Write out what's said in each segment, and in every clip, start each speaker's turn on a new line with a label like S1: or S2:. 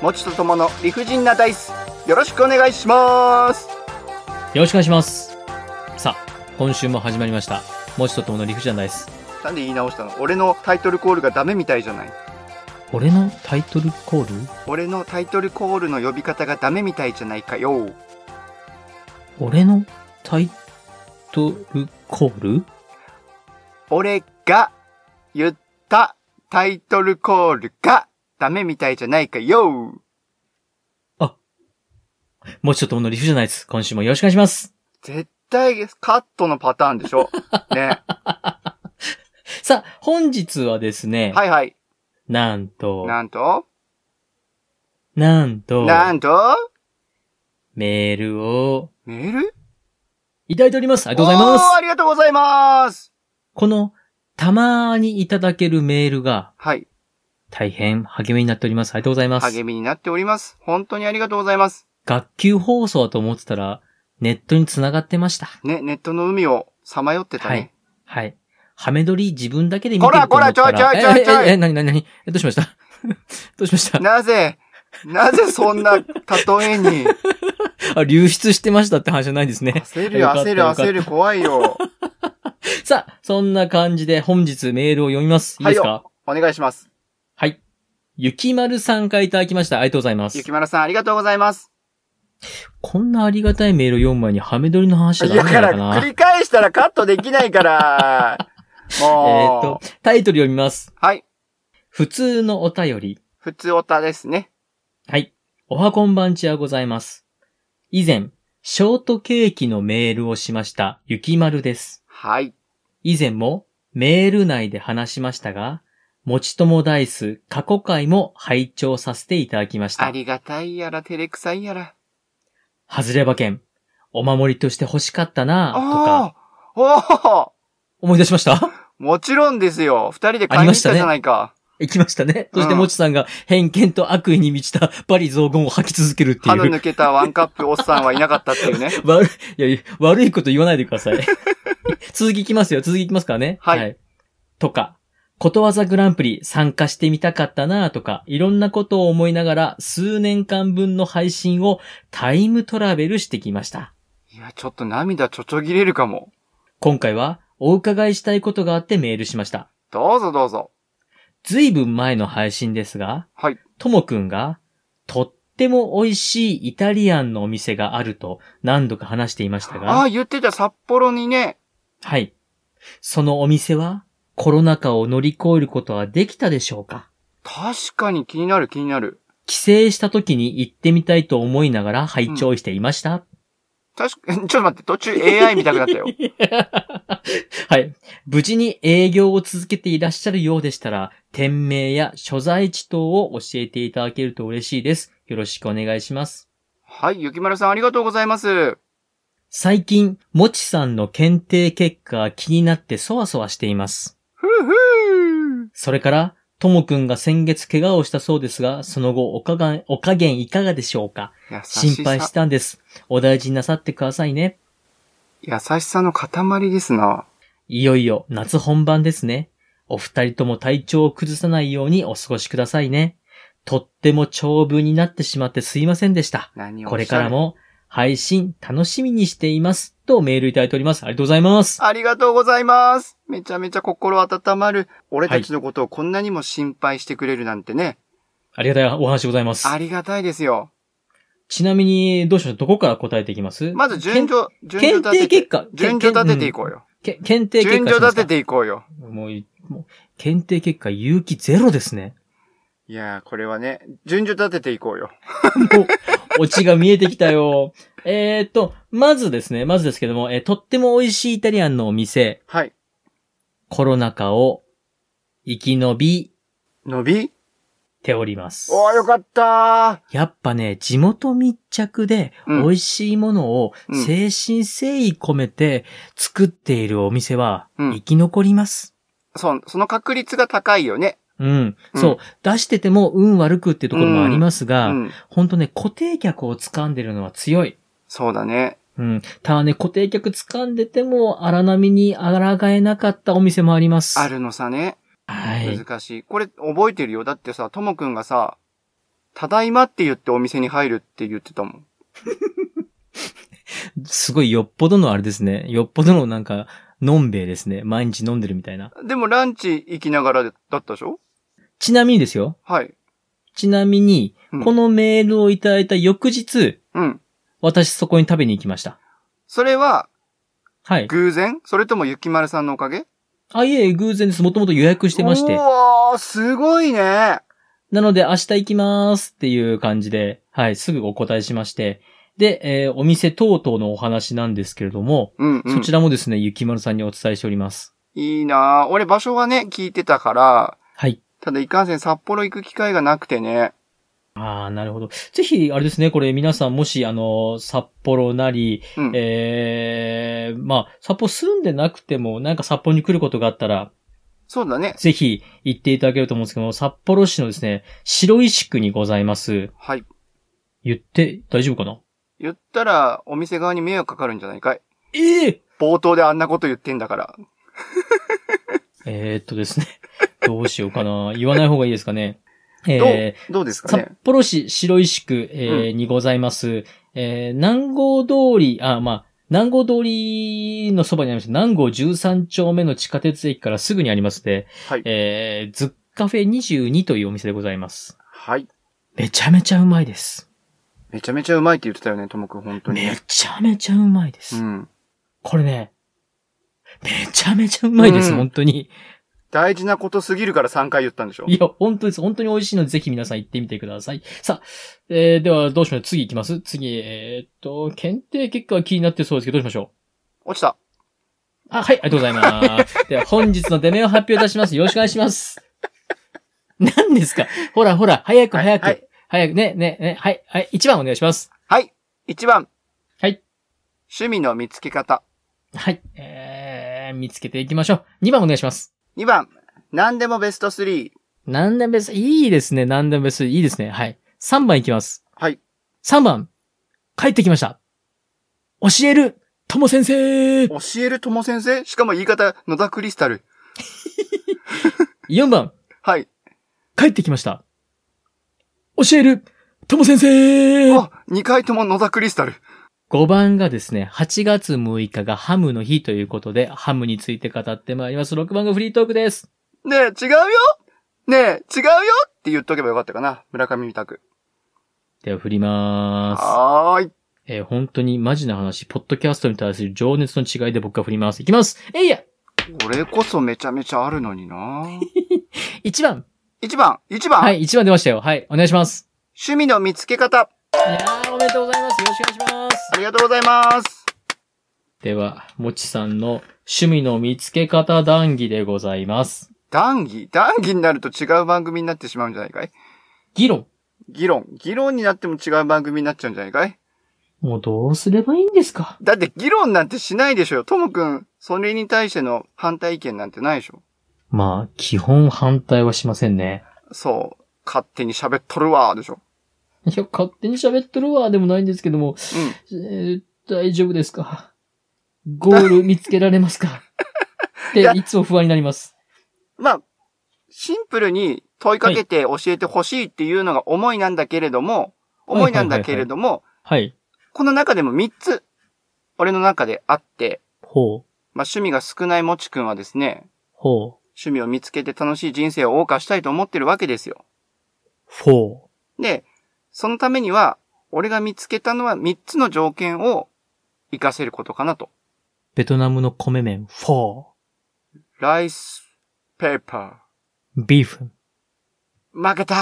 S1: もちとともの理不尽なダイスよろしくお願いします
S2: よろしくお願いします。さあ、今週も始まりました。もちとともの理不尽なダイス。
S1: なんで言い直したの俺のタイトルコールがダメみたいじゃない
S2: 俺のタイトルコール
S1: 俺のタイトルコールの呼び方がダメみたいじゃないかよ
S2: 俺のタイトルコール
S1: 俺が言ったタイトルコールがダメみたいじゃないかよ
S2: もちとともの理不尽なダイス。今週もよろしくお願いします。
S1: 絶対カットのパターンでし ょね。
S2: さあ、本日はですね、
S1: はいはい。
S2: なんと、
S1: なんと
S2: なんと、
S1: なんと
S2: メールを
S1: メール
S2: いただいております。あ
S1: あ
S2: りがとうございま
S1: あ
S2: す。
S1: りがとうございます
S2: この、たまーにいただけるメールが
S1: はい。
S2: 大変励みになっております。ありがとうございます。
S1: 励みになっております。本当にありがとうございます。
S2: 学級放送だと思ってたら、ネットに繋がってました。
S1: ね、ネットの海をさまよってた
S2: はい
S1: ね。。
S2: はい。ハメ撮り自分だけで見てると思った
S1: こら
S2: ら。
S1: こらちょいちょいちょいちょい
S2: え、え、え、なになになにえ、どうしました どうしました
S1: なぜ、なぜそんな例えに、
S2: あ、流出してましたって話じゃないで すね。
S1: 焦るよ
S2: よかった
S1: 焦る
S2: よかった
S1: 焦る怖いよ。
S2: さあ、そんな感じで本日メールを読みます。いいですか、
S1: は
S2: はい、
S1: お願いし ます。
S2: ゆきまるさんからいただきました。ありがとうございま
S1: ゆ
S2: す
S1: き。まるさんありがとうございます。
S2: こんなありがたいメールを読む前にハメ撮りの話じゃ
S1: い
S2: ダメ
S1: や、
S2: な
S1: か
S2: の
S1: ら
S2: かな
S1: 繰り返したらカットできない から。
S2: えー
S1: も
S2: っ
S1: う、
S2: と、タイトル読みます。
S1: はい。
S2: 普通のお便り。
S1: 普通オタですね。
S2: はい。おはこんばんちはございます。以前、ショートケーキのメールをしました、ゆきまるです。
S1: はい。
S2: 以前もメール内で話しましたが、もちともダイス過去回も拝聴させていただきまし
S1: あ
S2: た。
S1: りがたいやら、照れくさいやら。
S2: ハズレ馬券、お守りとして欲しかったなぁとか、
S1: ああーおお
S2: 思い出しました
S1: もちろんですよ。二人で買いに行ったじゃないか。
S2: 行きましたね。そして
S1: うん
S2: もちさんが偏見と悪意に満ちたバリ雑言を吐き続けるってい
S1: 歯の
S2: う。
S1: 抜けたワンカップおっさんはいなかったっていうね。
S2: 悪い、いや、悪いこと言わないでください。 続きいきますよ。続きいきますからね。
S1: はい
S2: とか、ことわざグランプリ参加してみたかったなぁとか、いろんなことを思いながら数年間分の配信をタイムトラベルしてきました。
S1: いや、ちょっと涙ちょちょぎれるかも。
S2: 今回はお伺いしたいことがあってメールしました。
S1: どうぞどうぞ。
S2: ずいぶん前の配信ですが、
S1: はい。
S2: ともくんが、とっても美味しいイタリアンのお店があると何度か話していましたが、
S1: ああ、言ってた札幌にね。
S2: はい。そのお店は、コロナ禍を乗り越えることはできたでしょうか
S1: 確かに気になる気になる。
S2: 帰省した時に行ってみたいと思いながら拝聴していました。
S1: 確か、ち ょっと待って、途中 AI 見たくなった よ。
S2: はい。無事に営業を続けていらっしゃるようでしたら、店名や所在地等を教えていただけると嬉しいです。よろしくお願いします。
S1: はい、ゆきまるさんありがとうございます。
S2: 最近、もちさんの検定結果が気になってそわそわしています。
S1: ふうふう。
S2: それから、ともくんが先月怪我をしたそうですが、その後おかが、お加減いかがでしょうか
S1: 優しさ
S2: 心配したんです。お大事になさってくださいね。
S1: 優しさの塊ですな。
S2: いよいよ夏本番ですね。お二人とも体調を崩さないようにお過ごしくださいね。とっても長文になってしまってすいませんでした。
S1: 何を
S2: こ
S1: おっ
S2: れ
S1: しゃ
S2: か
S1: る
S2: ら。も配信楽しみにしています。とメールいただいております。ありがとうございます。
S1: ありがとうございます。めちゃめちゃ心温まる。俺たちのことをこんなにも心配してくれるなんてね。
S2: ありがたいお話でございます。
S1: ありがたいですよ。
S2: ちなみに、どうしましょうどこから答えていきます
S1: まず順序、順序
S2: 検
S1: 立てて。
S2: 定結果。
S1: 順序立てていこうよ。
S2: け検定結
S1: 順
S2: 果
S1: 序
S2: します
S1: 立
S2: か
S1: てていこうよ。
S2: もうい、もう、検定結果、有機ゼロですね。
S1: いやー、これはね、順序立てていこうよ。
S2: もう、オ チが見えてきたよ。えーっと、まずですね、まずですけども、えーとっても美味しいイタリアンのお店、
S1: はい。
S2: コロナ禍を生き延び
S1: 伸び
S2: ております。
S1: おー、よかった
S2: やっぱね、地元密着で、
S1: う
S2: 美
S1: ん
S2: 味しいものを
S1: うん
S2: 精神誠意込めて作っているお店は、
S1: うん
S2: 生き残ります。
S1: ー。そう、その確率が高いよね。
S2: うん。
S1: うん
S2: そう。出してても運悪くってところもあります
S1: う
S2: が、ほん
S1: ん。
S2: と本当ね、固定客を掴んでるのは強い。
S1: そうだね。
S2: うん。ただね、固定客掴んでても荒波に抗えなかったお店もあります。
S1: あるのさね。
S2: はい。
S1: 難しい。これ覚えてるよ。だってさ、ともくんがさ、ただいまって言ってお店に入るって言ってたもん。
S2: すごいよっぽどのあれですね。よっぽどのなんか、のんべいですね。毎日飲んでるみたいな。
S1: でもランチ行きながらだったでしょ
S2: ちなみにですよ。
S1: はい。
S2: ちなみに
S1: う、ん
S2: このメールをいただいた翌日、
S1: うん。
S2: 私そこに食べに行きました。
S1: それは、
S2: はい。
S1: 偶然それともゆきまるさんのおかげ
S2: あ、いえ、偶然です。もともと予約してまし
S1: う
S2: て。
S1: わー、すごいね。
S2: なので明日行きますっていう感じで、はい、すぐお答えしまして。で、えーお店等々のお話なんですけれども、
S1: うん、うん。
S2: そちらもですね、ゆきまるさんにお伝えしております。
S1: いいなぁ。俺場所はね、聞いてたから、
S2: はい。
S1: ただいかんせん札幌行く機会がなくてね。
S2: ああ、なるほど。ぜひ、あれですね、これ皆さんもし、あの、札幌なり、
S1: うん。
S2: ええまあ、札幌住んでなくても、なんか札幌に来ることがあったら、
S1: そうだね。
S2: ぜひ行っていただけると思うんですけども、札幌市のですね、白石区にございます。
S1: はい。
S2: 言って大丈夫かな
S1: 言ったら、お店側に迷惑かかるんじゃないかい。
S2: ええ
S1: 冒頭であんなこと言ってんだから。
S2: えー、っとですね。 どうしようかな。言わない方がいいですかね。え
S1: ど
S2: ー
S1: う、どうですか
S2: 札
S1: ね。
S2: 幌市白石区、えーにございます、えー南郷通り、あ、まあ、南郷通りのそばにあります、南郷13丁目の地下鉄駅からすぐにありますで、
S1: はい。
S2: えー、ズッカフェ22というお店でございます。
S1: はい。
S2: めちゃめちゃうまいです。
S1: めちゃめちゃうまいって言ってたよね、ともくん、本当に
S2: め
S1: ね。
S2: ちゃめちゃうまいで
S1: う
S2: す。
S1: ん。
S2: これね、めちゃめちゃうまいです、
S1: うん
S2: 本当に。
S1: 大事なことすぎるから3回言ったんでしょ
S2: いや、本当です。本当に美味しいので、ぜひ皆さん行ってみてください。さあ、えー、ではどうしましょう。次行きます次、えーっと、検定結果が気になってそうですけど、どうしましょう
S1: 落ちた。
S2: あ、はい、ありがとうござ います。では、本日の出目を発表いたします。よろしくお願いします。何ですかほらほら、早く
S1: はい
S2: 早く。
S1: はい
S2: 早く、ね、ね、ね、はい、はい、1番お願いします。
S1: はい。1番。
S2: はい。
S1: 趣味の見つけ方。
S2: はい、えー、見つけていきましょう。2番お願いします。
S1: 2番。何でもベスト3。
S2: 何でも別、いいですね、何でも別、いいですね。はい。3番いきます。
S1: はい。
S2: 3番、帰ってきました。教える、とも先生
S1: 教えるとも先生しかも言い方、野田クリスタル。
S2: !4 番、
S1: はい。
S2: 帰ってきました。教える、とも先生
S1: あ、2回とも野田クリスタル。
S2: 5番がですね、8月6日がハムの日ということで、ハムについて語ってまいります。6番がフリートークです。
S1: ねえ、違うよねえ、違うよって言っとけばよかったかな。村上みたく。
S2: では振りま
S1: はーい。
S2: す。えー本当にマジな話、ポッドキャストに対する情熱の違いで僕が振ります。いきます。えいや
S1: 俺こそめちゃめちゃあるのにな
S2: !1 番
S1: 1番、1番、
S2: はい、1番出ましたよ。はい、お願いします。
S1: 趣味の見つけ方。
S2: いやー、おめでとうございます。よろしくお願いします
S1: あ。りがとうございます。
S2: では、もちさんの趣味の見つけ方談義でございます。
S1: 談義談義になると違う番組になってしまうんじゃないかい
S2: 議論。
S1: 議論。議論になっても違う番組になっちゃうんじゃないかい
S2: もうどうすればいいんですか
S1: だって議論なんてしないでしょよ。ともくん、それに対しての反対意見なんてないでしょ。
S2: まあ、基本反対はしませんね。
S1: そう。勝手に喋っとるわーでしょ。
S2: いや、勝手に喋っとるわ、でもないんですけども、
S1: うん。
S2: えー大丈夫ですかゴール見つけられます かって、いつも不安になります。
S1: まあ、シンプルに問いかけて教えてほしいっていうのが思いなんだけれども、
S2: はい
S1: 思いなんだけれども、
S2: はい。
S1: この中でも3つ、俺の中であって、
S2: ほう、
S1: まあ趣味が少ないもちくんはですね、
S2: ほう、
S1: 趣味を見つけて楽しい人生を謳歌したいと思ってるわけですよ。
S2: ほ
S1: で、そのためには、俺が見つけたのは3つの条件を活かせることかなと。
S2: う。ベトナムの米麺、フ
S1: ライス、ペーパ
S2: ォー、ビーフン。
S1: ー。負けたー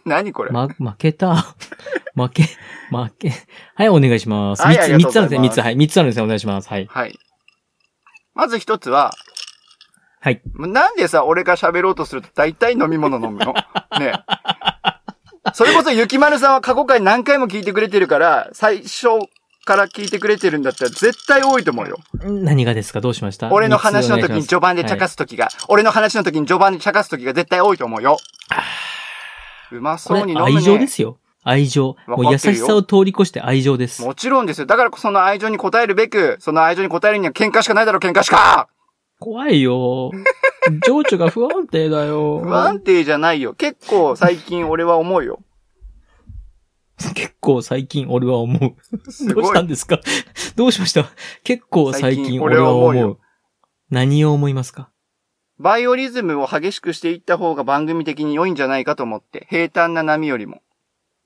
S1: 何これ、
S2: ま、負けた。 負け、負け。はい、お願いします。
S1: はい
S2: 三
S1: あ
S2: つ、
S1: りがとう
S2: 三
S1: ご
S2: つあ
S1: ざい
S2: る
S1: ます
S2: んですね、三つ。はい、三つあるんですね、お願いします。はい。
S1: はい。まず一つは、
S2: はい。
S1: もうなんでさ、俺が喋ろうとすると大体飲み物飲む のねえそれこそゆきまるさんは過去回何回も聞いてくれてるから、最初から聞いてくれてるんだったら絶対多いと思うよ。
S2: 何がですかどうしました
S1: 俺の話の時に
S2: 三つお
S1: 序盤で茶
S2: 願いしま
S1: 化
S2: す
S1: す時が、俺の話の時に序盤で茶化す時が絶対多いと思うよ。うま
S2: は
S1: そ
S2: いう
S1: に飲
S2: こ
S1: む
S2: れ、
S1: ね。
S2: 愛情ですよ。愛情。もう
S1: わか
S2: 優
S1: ってる
S2: し
S1: よ
S2: さを通り越して愛情です。
S1: もちろんですよ。だからその愛情に応えるべく、その愛情に応えるには喧嘩しかないだろ、喧嘩しか
S2: 怖 いよ。情緒が不安定だよ。
S1: 不安定じゃないよ。結構最近俺は思うよ。
S2: 結構最近俺は思う。
S1: す
S2: どうし
S1: ご
S2: た
S1: い。
S2: んですかどうしました結構最近俺
S1: 最近俺
S2: は
S1: は
S2: 思
S1: 思
S2: う。何を思いますか
S1: バイオリズムを激しくしていった方が番組的に良いんじゃないかと思って。平坦な波よりも。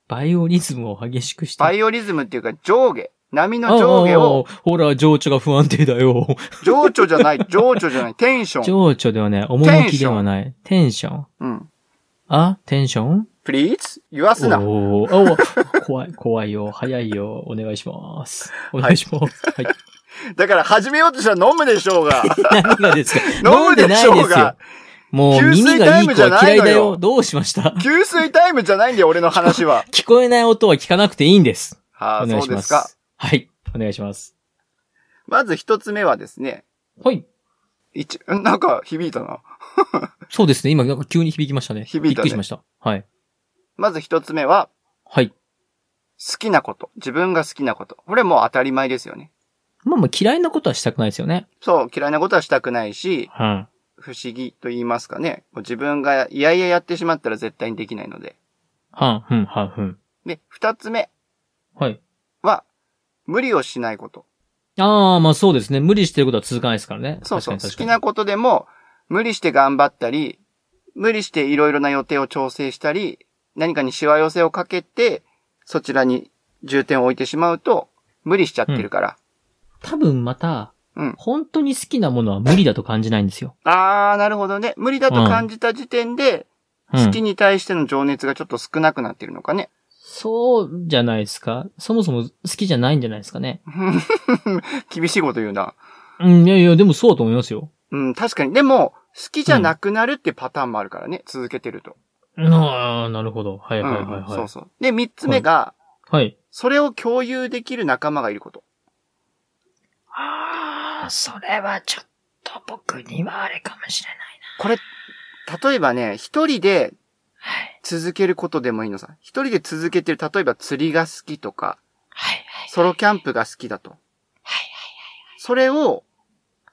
S2: バイオリズムを激しくして。
S1: バイオリズムっていうか上下。波の上下を、
S2: ああああほら、情緒が不安定だ よ。
S1: 情緒じゃない、情緒じゃない、テンション。
S2: 情緒ではない。趣ではない。テンション。
S1: うん。
S2: あテンション
S1: please? 言わすな。
S2: おーおー怖い、怖いよ。早いよ。お願いします。お願いします。はい。
S1: だから始めようとしたら飲むでしょう が。
S2: 何がですか
S1: 飲むでしょ
S2: 飲んでないうですよ
S1: が。。
S2: もう
S1: 給水
S2: 耳がいい子
S1: タイム
S2: は嫌い
S1: じゃないの
S2: だよ。
S1: よ
S2: どうしました
S1: 給水タイムじゃないんだよ、俺の話は。
S2: 聞こえない音は聞かなくていいんです。
S1: は
S2: お
S1: あ、
S2: 願い
S1: そう
S2: し
S1: で
S2: ます
S1: か。
S2: す。はい。お願いします。
S1: まず一つ目はですね、
S2: はい。
S1: 一、んなんか響いたな。
S2: そうですね。今、なんか急に響きましたね。
S1: 響いたね
S2: びっくりしました。はい。
S1: まず一つ目は、
S2: はい。
S1: 好きなこと。自分が好きなこと。これもう当たり前ですよね。
S2: まあまあ嫌いなことはしたくないですよね。
S1: そう、嫌いなことはしたくないし、
S2: はい。
S1: 不思議と言いますかね。もう自分がいやいややってしまったら絶対にできないので。
S2: はん、ふん、はん、ふん。
S1: で、二つ目
S2: はい。
S1: は、無理をしないこと。
S2: ああ、まあそうですね。無理してることは続かないですからね。
S1: そうそう。好き
S2: 確かに確かに
S1: なことでも、無理して頑張ったり、無理していろいろな予定を調整したり、何かにしわ寄せをかけて、そちらに重点を置いてしまうと、無理しちゃってるから。
S2: 多分また、
S1: うん
S2: 本当に好きなものは無理だと感じないんですよ。
S1: あー、なるほどね。無理だと感じた時点で、
S2: うん
S1: 好きに対しての情熱がちょっと少なくなってるのかね。
S2: そうじゃないですか。そもそも好きじゃないんじゃないですかね。
S1: 厳しいこと言うな。
S2: うん、いやいや、でもそうだと思いますよ。
S1: うん、確かに。でも、好きじゃなくなるってパターンもあるからね。続けてると。
S2: ああ、なるほど。は
S1: う
S2: い
S1: ん
S2: はいはいはい。
S1: そうそう。で、三つ目が、
S2: はい。
S1: それを共有できる仲間がいること。
S2: ああ、それはちょっと僕にはあれかもしれないな。
S1: これ、例えばね、一人で
S2: はい。
S1: 続けることでもいいのさ。一人で続けてる、例えば釣りが好きとか、
S2: はいはい。
S1: ソロキャンプが好きだと。
S2: はい
S1: それを、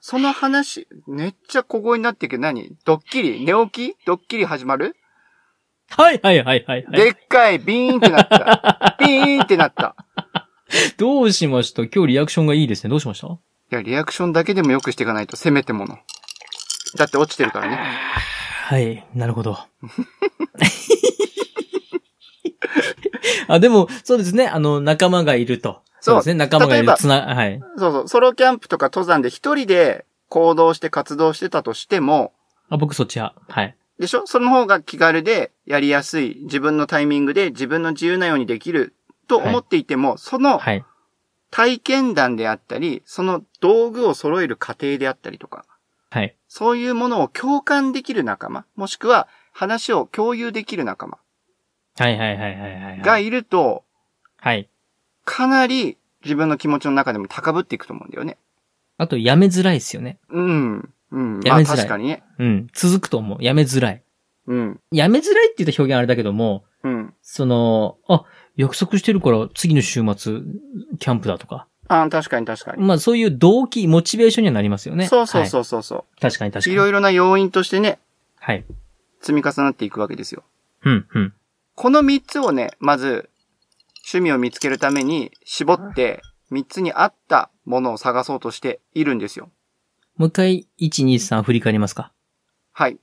S1: その話、めっちゃ小声になってるけど何ドッキリ寝起きドッキリ始まる
S2: はい。はいはいはいはいはい。
S1: でっかい、ビーンってな った。ビーンってなった。
S2: どうしました今日リアクションがいいですね。どうしました
S1: いや、リアクションだけでもよくしていかないと、せめてもの。だって落ちてるからね。
S2: はい、なるほど。 あ、でも、そうですね。あの、仲間がいると。
S1: そう
S2: ですね。仲間が
S1: 例
S2: い
S1: え
S2: る。
S1: ば
S2: つな、はい。
S1: そうそう、ソロキャンプとか登山で一人で行動して活動してたとしても、
S2: あ、僕そっち派。はい。
S1: でしょその方が気軽でやりやすい、自分のタイミングで自分の自由なようにできると思っていても、その
S2: はい。
S1: 体験談であったり、その道具を揃える過程であったりとか、
S2: はい。
S1: そういうものを共感できる仲間、もしくは話を共有できる仲間
S2: はいはいはいはいはい。
S1: がいると、
S2: はい。
S1: かなり自分の気持ちの中でも高ぶっていくと思うんだよね。
S2: あと、やめづらいですよね。
S1: うん。うん。
S2: や
S1: ま
S2: めづ
S1: あ
S2: らい
S1: 確かにね。
S2: うん。続くと思う。やめづらい。
S1: うん。
S2: やめづらいって言った表現あれだけども、
S1: うん。
S2: その、あ、約束してるから次の週末、キャンプだとか。
S1: あ確かに確かに。
S2: まあ、そういう動機、モチベーションにはなりますよね。
S1: そうそう
S2: う。
S1: そうそうそう、
S2: はい、確かに確か
S1: い
S2: に。
S1: ろいろな要因としてね、
S2: はい。
S1: 積み重なっていくわけですよ。
S2: うん、うん。
S1: この三つをね、まず、趣味を見つけるために絞って、三つに合ったものを探そうとしているんですよ。
S2: もう一回、1、2、3振り返りますか。
S1: はい。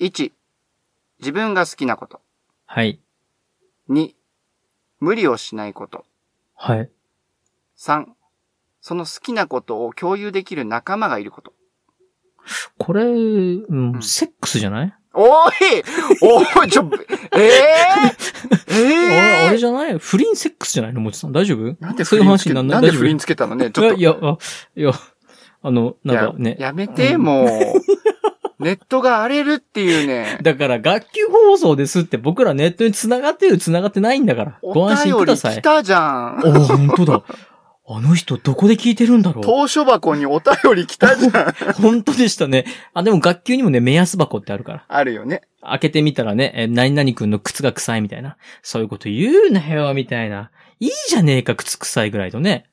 S1: 1、自分が好きなこと。
S2: はい。
S1: 2、無理をしないこと。
S2: はい。
S1: 3、その好きなことを共有できる仲間がいること。
S2: これ、うん
S1: うん
S2: セックスじゃない、
S1: おいおい ちょ、えー、
S2: あれ、
S1: え
S2: あれ
S1: ー、
S2: じゃない不倫セックスじゃないのもちさん。大丈夫
S1: なんで
S2: そ
S1: 不
S2: ういう
S1: 倫つ
S2: 話
S1: け
S2: にな
S1: た
S2: ん
S1: な
S2: な
S1: ん
S2: い
S1: で
S2: 大丈
S1: 不
S2: 夫
S1: 倫つけたのね、ちょっと。
S2: いや、いや、あいや、あの、なんかね。
S1: ややめて、 もう。ネットが荒れるっていうね。
S2: だから、学級放送ですって僕らネットに繋がってる、繋がってないんだから。
S1: お
S2: ご安心
S1: 便り
S2: くださ
S1: 来
S2: い。
S1: たじゃん。
S2: おー、本当だ。あの人、どこで聞いてるんだろう
S1: 投書箱にお便り来たじゃん。
S2: 本当でしたね。あ、でも学級にもね、目安箱ってあるか ら。
S1: あるよね。
S2: 開けてみたらね、え、何々くんの靴が臭いみたいな。そういうこと言うなよ、みたいな。いいじゃねえか、靴臭いぐらいとね。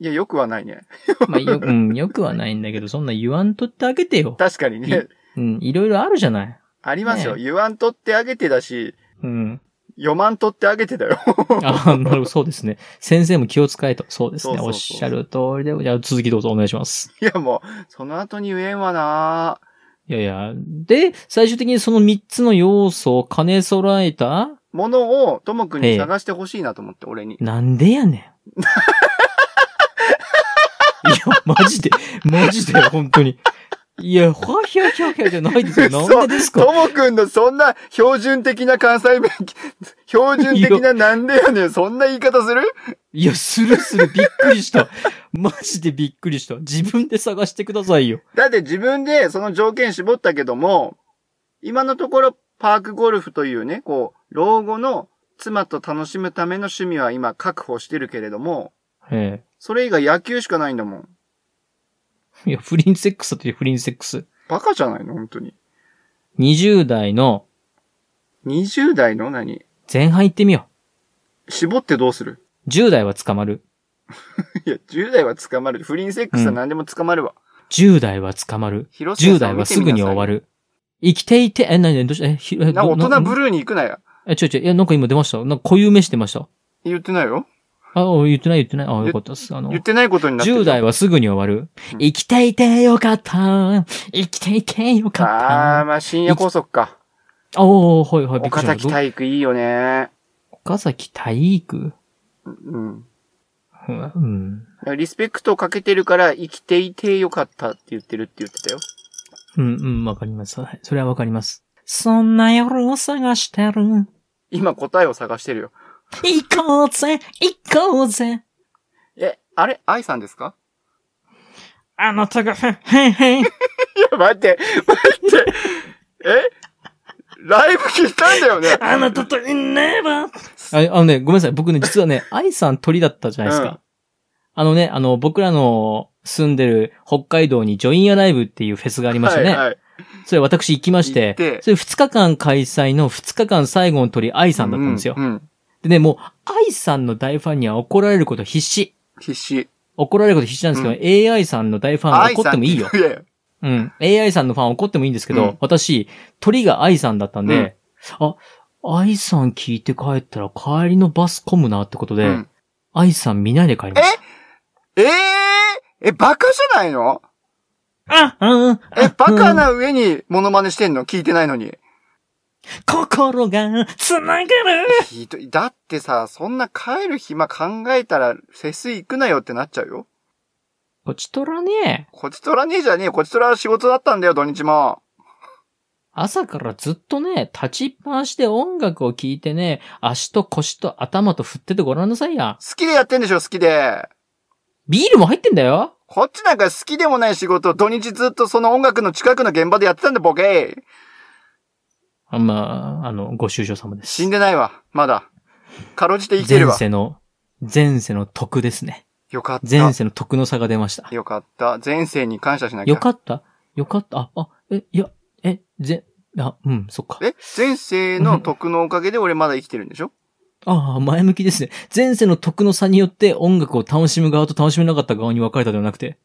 S1: いや、よくはないね。
S2: まあ、よ、うん、よくはないんだけど、そんな言わんとってあげてよ。
S1: 確かにね。
S2: うん、いろいろあるじゃない。
S1: ありますよ。
S2: ね
S1: 言わんとってあげてだし、
S2: うん。
S1: 読まんとってあげてだよ。
S2: ああ、なるほど、そうですね。先生も気を使えと。そうですね。
S1: そうそうそう
S2: おっしゃる通りで、じゃあ続きどうぞお願いします。
S1: いや、もう、その後に言えんわない
S2: やいや。で、最終的にその3つの要素を兼ね揃えた
S1: ものを、ともくん
S2: え
S1: に
S2: え
S1: 探してほしいなと思って、俺に。
S2: なんでやねん。い や、マジで、マジで、本当に。いや、ほわひゃひゃひゃじゃないですよ。なんでですか
S1: ともくんのそんな標準的な関西弁、 標準的ななんでやねん、そんな言い方する
S2: いや、するする、びっくりした。マジでびっくりした。自分で探してくださいよ。
S1: だって自分でその条件絞ったけども、今のところパークゴルフというね、こう、老後の妻と楽しむための趣味は今確保してるけれども、
S2: え
S1: それ以外野球しかないんだもん。
S2: え。いや、不倫セックスだって不倫セックス。
S1: バカじゃないの本当に。
S2: 20代の
S1: 20代の何
S2: 前半行ってみよ
S1: 絞ってどうする
S2: う。10代は捕まる。
S1: いや、10代は捕まる。不倫セックスは何でも捕まるわ。
S2: 10代は捕まる。
S1: 広瀬
S2: 10
S1: さん
S2: 代
S1: を見
S2: は
S1: て
S2: す
S1: み
S2: ぐ
S1: なさい
S2: に終わる。生きていて、え、なになにどうしたえ、ひえ、
S1: な、
S2: ど
S1: 大人ブ
S2: な
S1: ルーに行くなよ。
S2: え、ちょいちょい、いや、なんか今出ました。なんか固有名詞出ました。
S1: 言ってないよ。
S2: あ、お言ってない言ってない。あ、よかったです。あの
S1: 言っ、てないことになってる。
S2: 10代はすぐに終わる。
S1: うん
S2: 生きていてよかった。生きていてよかっ
S1: あー、
S2: た。
S1: まあ深夜拘束か。
S2: あおー、はいはい、びっく
S1: 岡
S2: りした
S1: 崎体育いいよね。
S2: 岡崎体育
S1: うん。
S2: うん。
S1: リスペクトをかけてるから生きていてよかったって言ってるって言ってたよ。
S2: うん、うん、わかります。はいそれはわかります。そんな夜を探してる。
S1: 今答えを探してるよ。
S2: 行こうぜ、行こうぜ。
S1: え、あれ愛さんですか
S2: あなたが、へんへん。
S1: いや、待って、待って。えライブ聞いたんだよね。
S2: あなたといねば。ああのね、ごめんなさい。僕ね、実 はね、愛さん鳥だったじゃないですか。
S1: うん
S2: あのね、あの、僕らの住んでる北海道にジョインアライブっていうフェスがありましたね。
S1: はいはい。
S2: それ私行きまして、
S1: 行って
S2: それ2日間開催の2日間最後の鳥愛さんだったんですよ。
S1: ううん。
S2: でね、もう愛さんの大ファンには怒られること必死。
S1: 必死。
S2: 怒られること必死なんですけど、AI さんの大ファンは怒ってもいいよ
S1: 愛。さんやや
S2: うん。AI さんのファン怒ってもいいんですけど、
S1: うん
S2: 私、鳥が I さんだったんで、あ、I さん聞いて帰ったら帰りのバス混むなってことで、
S1: う
S2: I
S1: ん
S2: さん見ないで帰りました。
S1: えー、え、バカじゃないの
S2: あ、うん、
S1: え、バカな上にモノマネしてんの聞いてないのに。
S2: 心が繋がる
S1: ひどい。だってさ、そんな帰る暇考えたら、フェス行くなよってなっちゃうよ。
S2: こちとらね
S1: こちとらねえじゃねえよ。こちとらは仕事だったんだよ、土日も。
S2: 朝からずっとね、立ちっぱなしで音楽を聴いてね、足と腰と頭と振っててごらんなさいや。
S1: 好きでやってんでしょ、好きで。
S2: ビールも入ってんだよ
S1: こっちなんか好きでもない仕事を土日ずっとその音楽の近くの現場でやってたんだ、ボケ
S2: あまあ、あの、ご愁傷様です。
S1: 死んでないわ、まだ。かろうじて生きてる
S2: 前
S1: わ。
S2: 世の、前世の徳ですね。
S1: よかっ
S2: 前
S1: た。
S2: 世の徳の差が出ました。
S1: よかった。前世に感謝しなきゃ。
S2: よかったよかったあ、あ、え、いや、え、ぜ、あ、うん、そっか。
S1: え前世の徳のおかげで俺まだ生きてるんでしょ
S2: ああ、前向きですね。前世の徳の差によって音楽を楽しむ側と楽しめなかった側に分かれたではなく て。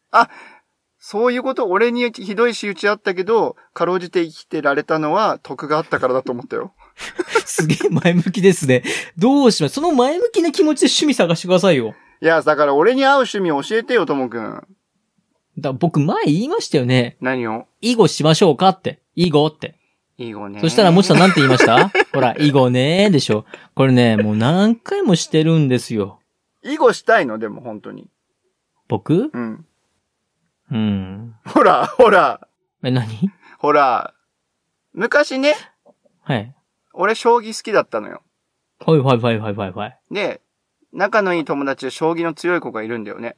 S1: そういうこと、俺にひどい仕打ちあったけど、かろうじて生きてられたのは徳があったからだと思ったよ。
S2: すげえ前向きですね。どうしますその前向きな気持ちで趣味探してくださいよ。
S1: いや、だから俺に合う趣味教えてよ、ともくん。
S2: だ僕前言いましたよね。
S1: 何を
S2: 囲碁しましょうかって。囲碁って。
S1: いいごね。
S2: そしたらもちさんなんて言いました ほら、囲碁ねーでしょ。これね、もう何回もしてるんですよ。
S1: 囲碁したいのでも、本当に。
S2: 僕
S1: うん。
S2: うん。
S1: ほら、ほら、
S2: え、何
S1: ほら。昔ね、
S2: はい。
S1: 俺将棋好きだったのよ。
S2: はいはいはいはいはいはい。
S1: で、仲のいい友達で将棋の強い子がいるんだよね。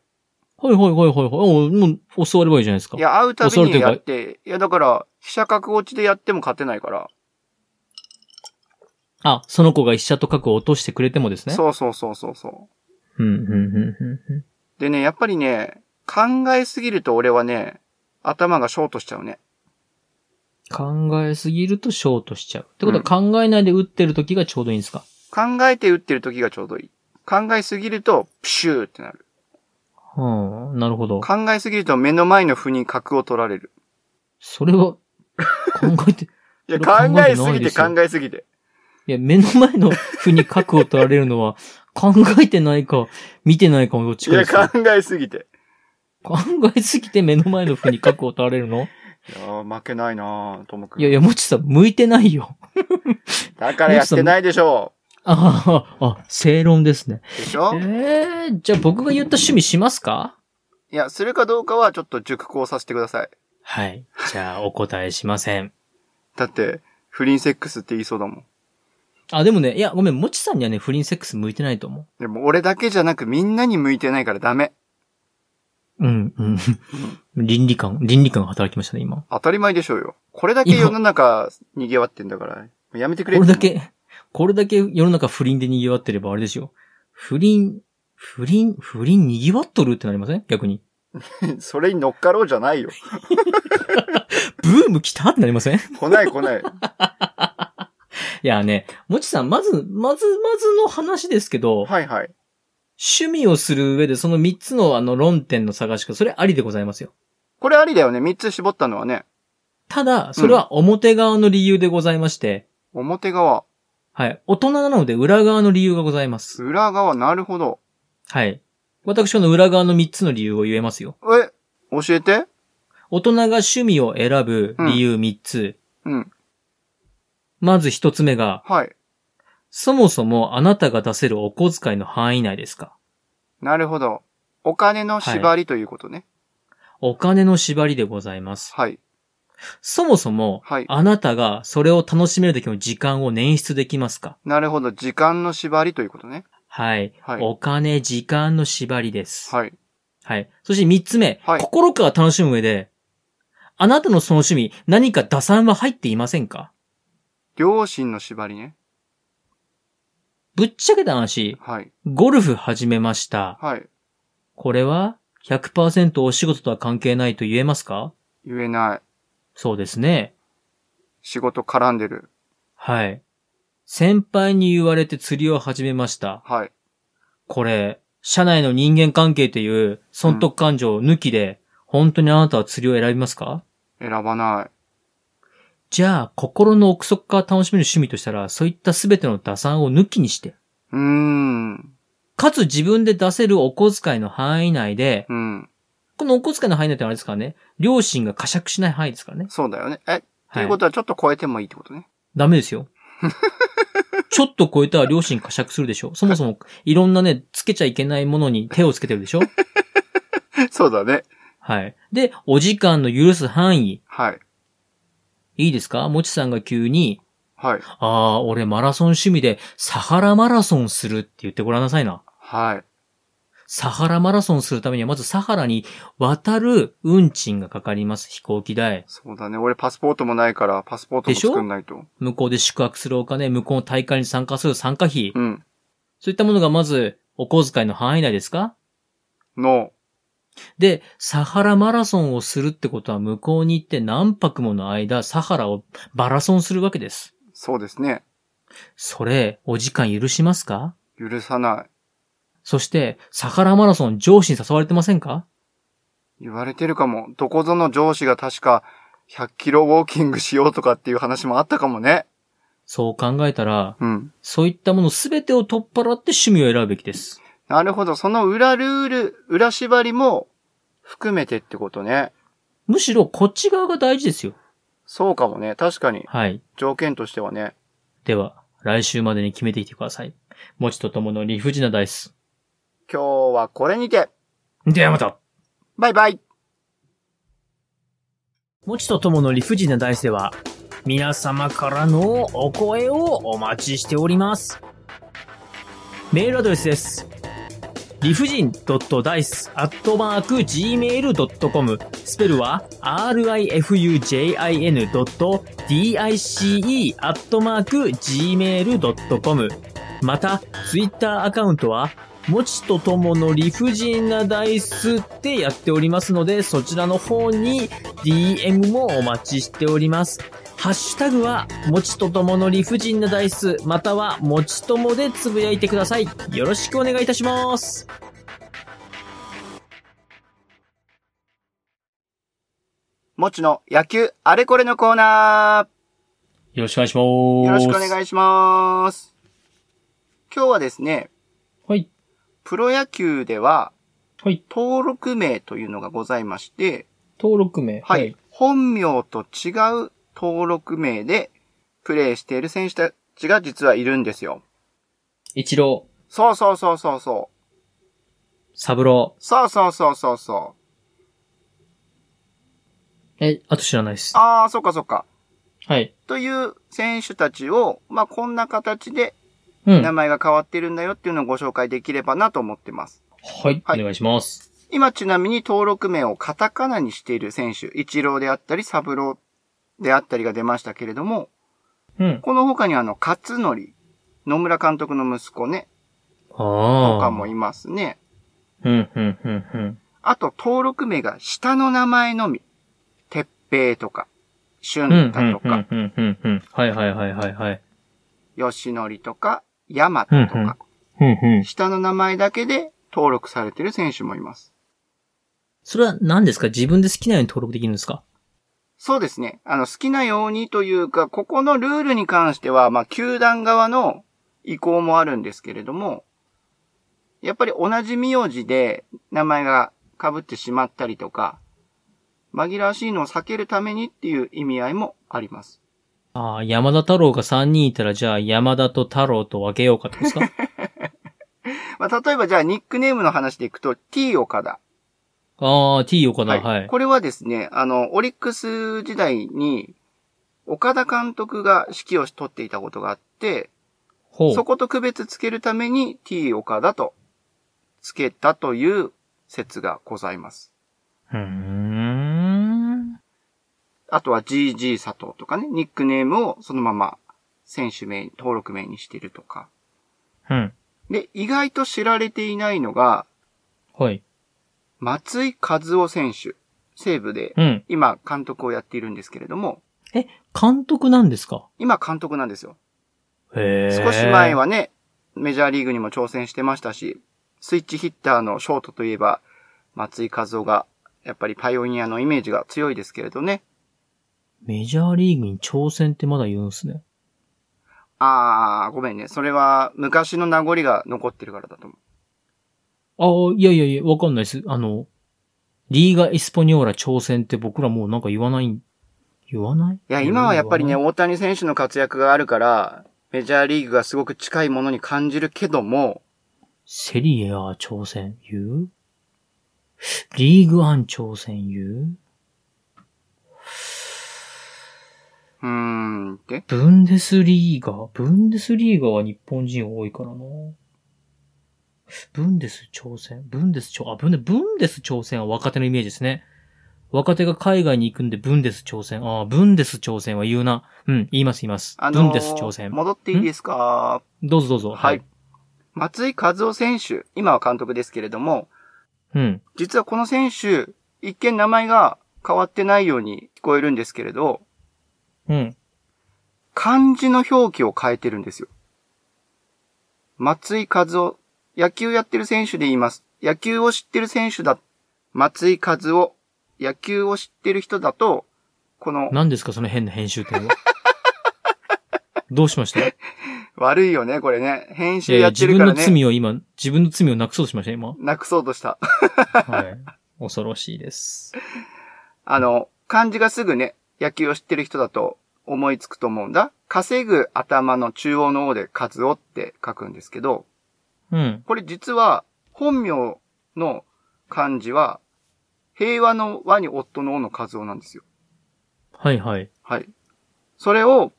S2: はいはいはいはいはい。おもう、教わればいいじゃないですか。
S1: いや、会うたび
S2: 恐れて
S1: に
S2: るか
S1: やって、いや、だから、飛車角落ちでやっても勝てないから。
S2: あ、その子が飛車と角を落としてくれてもですね。う。
S1: そうそうそうそうそ
S2: うん、うん、うん、うんうん。
S1: う。でね、やっぱりね、考えすぎると俺はね、頭がショートしちゃうね。
S2: 考えすぎるとショートしちゃう。ってことは考えないで打ってる時がちょうどいいんですか、
S1: 考えて打ってる時がちょうどいい。考えすぎると、プシューってなる。
S2: あうん、なるほど。
S1: 考えすぎると目の前の腑に格を取られる。
S2: それは、考 えて、
S1: いや、
S2: それ考
S1: 考
S2: え
S1: え
S2: て
S1: す
S2: ない
S1: ぎ
S2: で
S1: て
S2: しょ
S1: 考えすぎて。
S2: いや、目の前の負に核を取られるのは、考えてないか、見てないかもどっち
S1: い
S2: かで
S1: や、
S2: すよ。
S1: 考えすぎて。
S2: 考えすぎて目の前の負に核を取られるの
S1: いやー、負けないなぁ、ともくん。
S2: いやいや、もちさん、向いてないよ。
S1: だからやってないでしょ
S2: ああ、あ、正論ですね。
S1: う。でしょ
S2: ええー、じゃあ僕が言った趣味しますか
S1: いや、するかどうかはちょっと熟考させてください。
S2: はい。じゃあ、お答えしません。
S1: だって、不倫セックスって言いそうだもん。
S2: あ、でもね、いや、ごめん、もちさんにはね、不倫セックス向いてないと思
S1: でも俺だけじゃなくみんなに向いてないからダメ。
S2: う。うん、うん。倫理観、倫理観が働きましたね、今。
S1: 当たり前でしょうよ。これだけ世の中賑わってんだから、もうやめてくれ。
S2: これだ。け、これだけ世の中不倫で賑わってればあれですよ。不倫、不倫、不倫賑わっとるってなりません逆に。
S1: それに乗っかろうじゃないよ。
S2: ブーム来たってなりません い
S1: 来ない来ない。
S2: やね、もちさん、まず、まずまずの話ですけど、
S1: はいはい。
S2: 趣味をする上でその3つのあの論点の探し方、それありでございますよ。
S1: これありだよね。三つ絞ったのはね。
S2: ただ、それは表側の理由でございまして、
S1: 表側、
S2: はい。大人なので裏側の理由がございます。
S1: 裏側、なるほど。
S2: はい。私この裏側の3つの理由を言えますよ。
S1: え、教えて
S2: 大人が趣味を選ぶ理由3つ。
S1: うん。
S2: まず一つ目が、
S1: はい。
S2: そもそもあなたが出せるお小遣いの範囲内ですか
S1: なるほど。お金の縛りということね。
S2: お金の縛りでございます。
S1: はい。
S2: そもそも、
S1: はい
S2: あなたがそれを楽しめる時の時間を捻出できますか
S1: なるほど。時間の縛りということね。
S2: はい。
S1: はい
S2: お金、時間の縛りです。はい。
S1: はい。
S2: そして三つ目、
S1: はい
S2: 心から楽しむ上で、あなたのその趣味、何か打算は入っていませんか
S1: 両親の縛りね。
S2: ぶっちゃけた話、
S1: はい。
S2: ゴルフ始めました。
S1: はい。
S2: これは100%お仕事とは関係ないと言えますか
S1: 言えない。
S2: そうですね。
S1: 仕事絡んでる。
S2: はい。先輩に言われて釣りを始めました。
S1: はい。
S2: これ、社内の人間関係という損得感情抜きで、本当にあなたは釣りを選びますか
S1: 選ばない。
S2: じゃあ、心の奥底から楽しめる趣味としたら、そういった全ての打算を抜きにして、
S1: うーん。
S2: かつ自分で出せるお小遣いの範囲内で、
S1: うん。
S2: このお小遣いの範囲内ってあれですからね、両親が呵責しない範囲ですからね。
S1: そうだよね。え、と
S2: はいいう
S1: こ。とはちょっと超えてもいいってことね。
S2: ダメですよ。 ちょっと超えたら両親呵責するでしょ。そもそも、いろんなね、つけちゃいけないものに手をつけてるでしょ
S1: そうだね。
S2: はい。で、お時間の許す範囲、
S1: はい。
S2: いいですかもちさんが急に、
S1: はい。
S2: ああ、俺マラソン趣味で、サハラマラソンするって言ってごらんなさいな。
S1: はい。
S2: サハラマラソンするためには、まずサハラに渡る運賃がかかります。飛行機代。
S1: そうだね。俺パスポートもないから、パスポートも
S2: でしょ
S1: 作んないと。
S2: 向こうで宿泊するお金、向こうの大会に参加する参加費。
S1: うん。
S2: そういったものがまず、お小遣いの範囲内ですか
S1: の、
S2: で、サハラマラソンをするってことは、向こうに行って何泊もの間、サハラをマラソンするわけです。
S1: そうですね。
S2: それ、お時間許しますか
S1: 許さない。
S2: そして、サハラマラソン上司に誘われてませんか
S1: 言われてるかも。どこぞの上司が確か、100キロウォーキングしようとかっていう話もあったかもね。
S2: そう考えたら、
S1: うん。
S2: そういったものすべてを取っ払って趣味を選ぶべきです。
S1: なるほど。その裏ルール、裏縛りも含めてってことね。
S2: むしろこっち側が大事ですよ。
S1: そうかもね。確かに。
S2: はい。
S1: 条件としてはね。
S2: では、来週までに決めてきてください。もちとともの理不尽なダイス。
S1: 今日はこれにて。
S2: ではまた
S1: バイバイ。
S2: もちとともの理不尽な大イスでは、皆様からのお声をお待ちしております。メールアドレスです。理不尽 d i c e g m a i l c o m スペルは rifujin.dice g m a i l c o m また、ツイッターアカウントは、もちとともの理不尽なダイスってやっておりますので、そちらの方に DM もお待ちしております。ハッシュタグは、もちとともの理不尽なダイス、または、もちともでつぶやいてください。よろしくお願いいたします。
S1: もちの野球あれこれのコーナ
S2: よろしくお願いし
S1: ー。よ
S2: ま
S1: ろ
S2: す。
S1: しくお願いします。今日はですね、
S2: はい。
S1: プロ野球では
S2: はい。
S1: 登録名というのがございまして、
S2: 登録名。
S1: はい。。本名と違う登録名でプレーしている選手たちが実はいるんですよ。
S2: 一郎、
S1: そうそうそうそうそう。
S2: 三郎。
S1: そうそうそうそうそう。
S2: え、あと知らないです。
S1: ああ、そっかそっか。
S2: はい。
S1: という選手たちを、まあ、こんな形で
S2: う
S1: 名
S2: ん。
S1: 前が変わってるんだよっていうのをご紹介できればなと思ってます。
S2: はい。お
S1: はい
S2: 願いします。
S1: 今ちなみに登録名をカタカナにしている選手、イチローであったり、サブローであったりが出ましたけれども、
S2: うん。
S1: この他にあの、勝則、野村監督の息子ね、
S2: あ
S1: と
S2: あ。
S1: かもいますね。
S2: うん、うん、うん、うん。
S1: あと、登録名が下の名前のみ。鉄平とか、俊太とか、、
S2: うん、うん、うん。はい、はい、はい、はい、はい。
S1: 吉則とか、山田と
S2: うんうん
S1: か、
S2: うん、うん。
S1: 下の名前だけで登録されてる選手もいます。
S2: それは何ですか自分で好きなように登録できるんですか
S1: そうですね。あの、好きなようにというか、ここのルールに関しては、まあ、球団側の意向もあるんですけれども、やっぱり同じ名字で名前が被ってしまったりとか、紛らわしいのを避けるためにっていう意味合いもあります。
S2: ああ、山田太郎が3人いたら、じゃあ山田と太郎と分けようかってことです か
S1: まあ、例えばじゃあニックネームの話でいくと、T 岡田。
S2: ああ、T 横田、はい。
S1: これはですね、あの、オリックス時代に、岡田監督が指揮を取っていたことがあって、
S2: ほう。
S1: そこと区別つけるために T 岡田とつけたという説がございます。
S2: うーん。
S1: あとは GG 佐藤とかね、ニックネームをそのまま選手名、登録名にしてるとか。
S2: うん。
S1: で、意外と知られていないのが、
S2: はい。
S1: 松井和夫選手、西武で
S2: うん。
S1: 今監督をやっているんですけれども、
S2: え、監督なんですか
S1: 今監督なんですよ。
S2: へえ。
S1: 少し前。はね、メジャーリーグにも挑戦してましたし、スイッチヒッターのショートといえば、松井和夫が、やっぱりパイオニアのイメージが強いですけれどね。
S2: メジャーリーグに挑戦ってまだ言うんすね。
S1: あー、ごめんね。それは昔の名残が残ってるからだと思う。
S2: ああ、いやいやいや、わかんないです。あの、リーガ・エスポニョーラ挑戦って僕らもうなんか言わない、言わないい
S1: いや、今はやっぱりね、
S2: う
S1: 大谷選手の活躍があるから、メジャーリーグがすごく近いものに感じるけども、
S2: セリエ A 挑戦言うリーグワン挑戦言う
S1: うーん、って。
S2: ブンデスリーガブンデスリーガは日本人多いからな。ブンデス挑戦ブンデス挑、あ、ブンデ、ブンデス挑戦は若手のイメージですね。若手が海外に行くんでブンデス挑戦。ああ、ブンデス挑戦は言うな。うん、言います言います。
S1: あ
S2: ブン
S1: の
S2: デス挑戦。
S1: 戻っていいですか
S2: どうぞどうぞ。
S1: はい。。松井和夫選手、今は監督ですけれども、
S2: うん。
S1: 実はこの選手、一見名前が変わってないように聞こえるんですけれど、
S2: うん。
S1: 漢字の表記を変えてるんですよ。松井和夫、野球やってる選手で言います。野球を知ってる選手だ。松井和夫、野球を知ってる人だと、この、
S2: 何ですかその変な編 集点は。どうしましたい
S1: 悪いよね、これね。編
S2: や
S1: 集
S2: いや、
S1: やって
S2: 自
S1: る
S2: 分
S1: か
S2: の
S1: らね。
S2: 罪を今、自分の罪をなくそうとしました、今。
S1: なくそうとした。
S2: はい。恐ろしいです。
S1: あの、漢字がすぐね、野球を知ってる人だと思いつくと思うんだ。稼ぐ頭の中央の方で和夫って書くんですけど、
S2: うん。
S1: これ実は、本名の漢字は、平和の和に夫の王の和夫なんですよ。
S2: はいはい。
S1: はい。それを、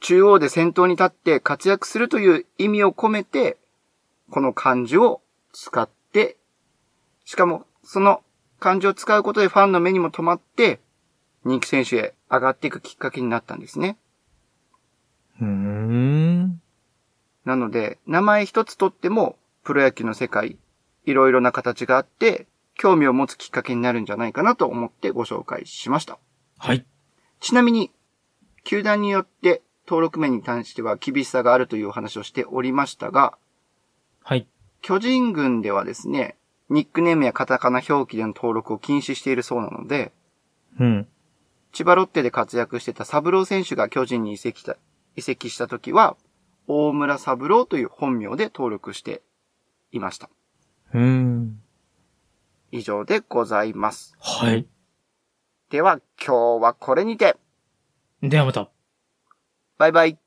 S1: 中央で先頭に立って活躍するという意味を込めて、この漢字を使って、しかも、その漢字を使うことでファンの目にも留まって、人気選手へ上がっていくきっかけになったんですね。
S2: うーん。
S1: なので、名前一つとっても、プロ野球の世界、いろいろな形があって、興味を持つきっかけになるんじゃないかなと思ってご紹介しました。
S2: はい。
S1: ちなみに、球団によって登録名に関しては厳しさがあるというお話をしておりましたが、
S2: はい。
S1: 巨人軍ではですね、ニックネームやカタカナ表記での登録を禁止しているそうなので、
S2: うん。
S1: 千葉ロッテで活躍してたサブロー選手が巨人に移籍した、移籍した時は、大村サブローという本名で登録していました。
S2: うん。
S1: 以上でございます。
S2: はい。
S1: では、今日はこれにて、
S2: ではまた。
S1: バイバイ。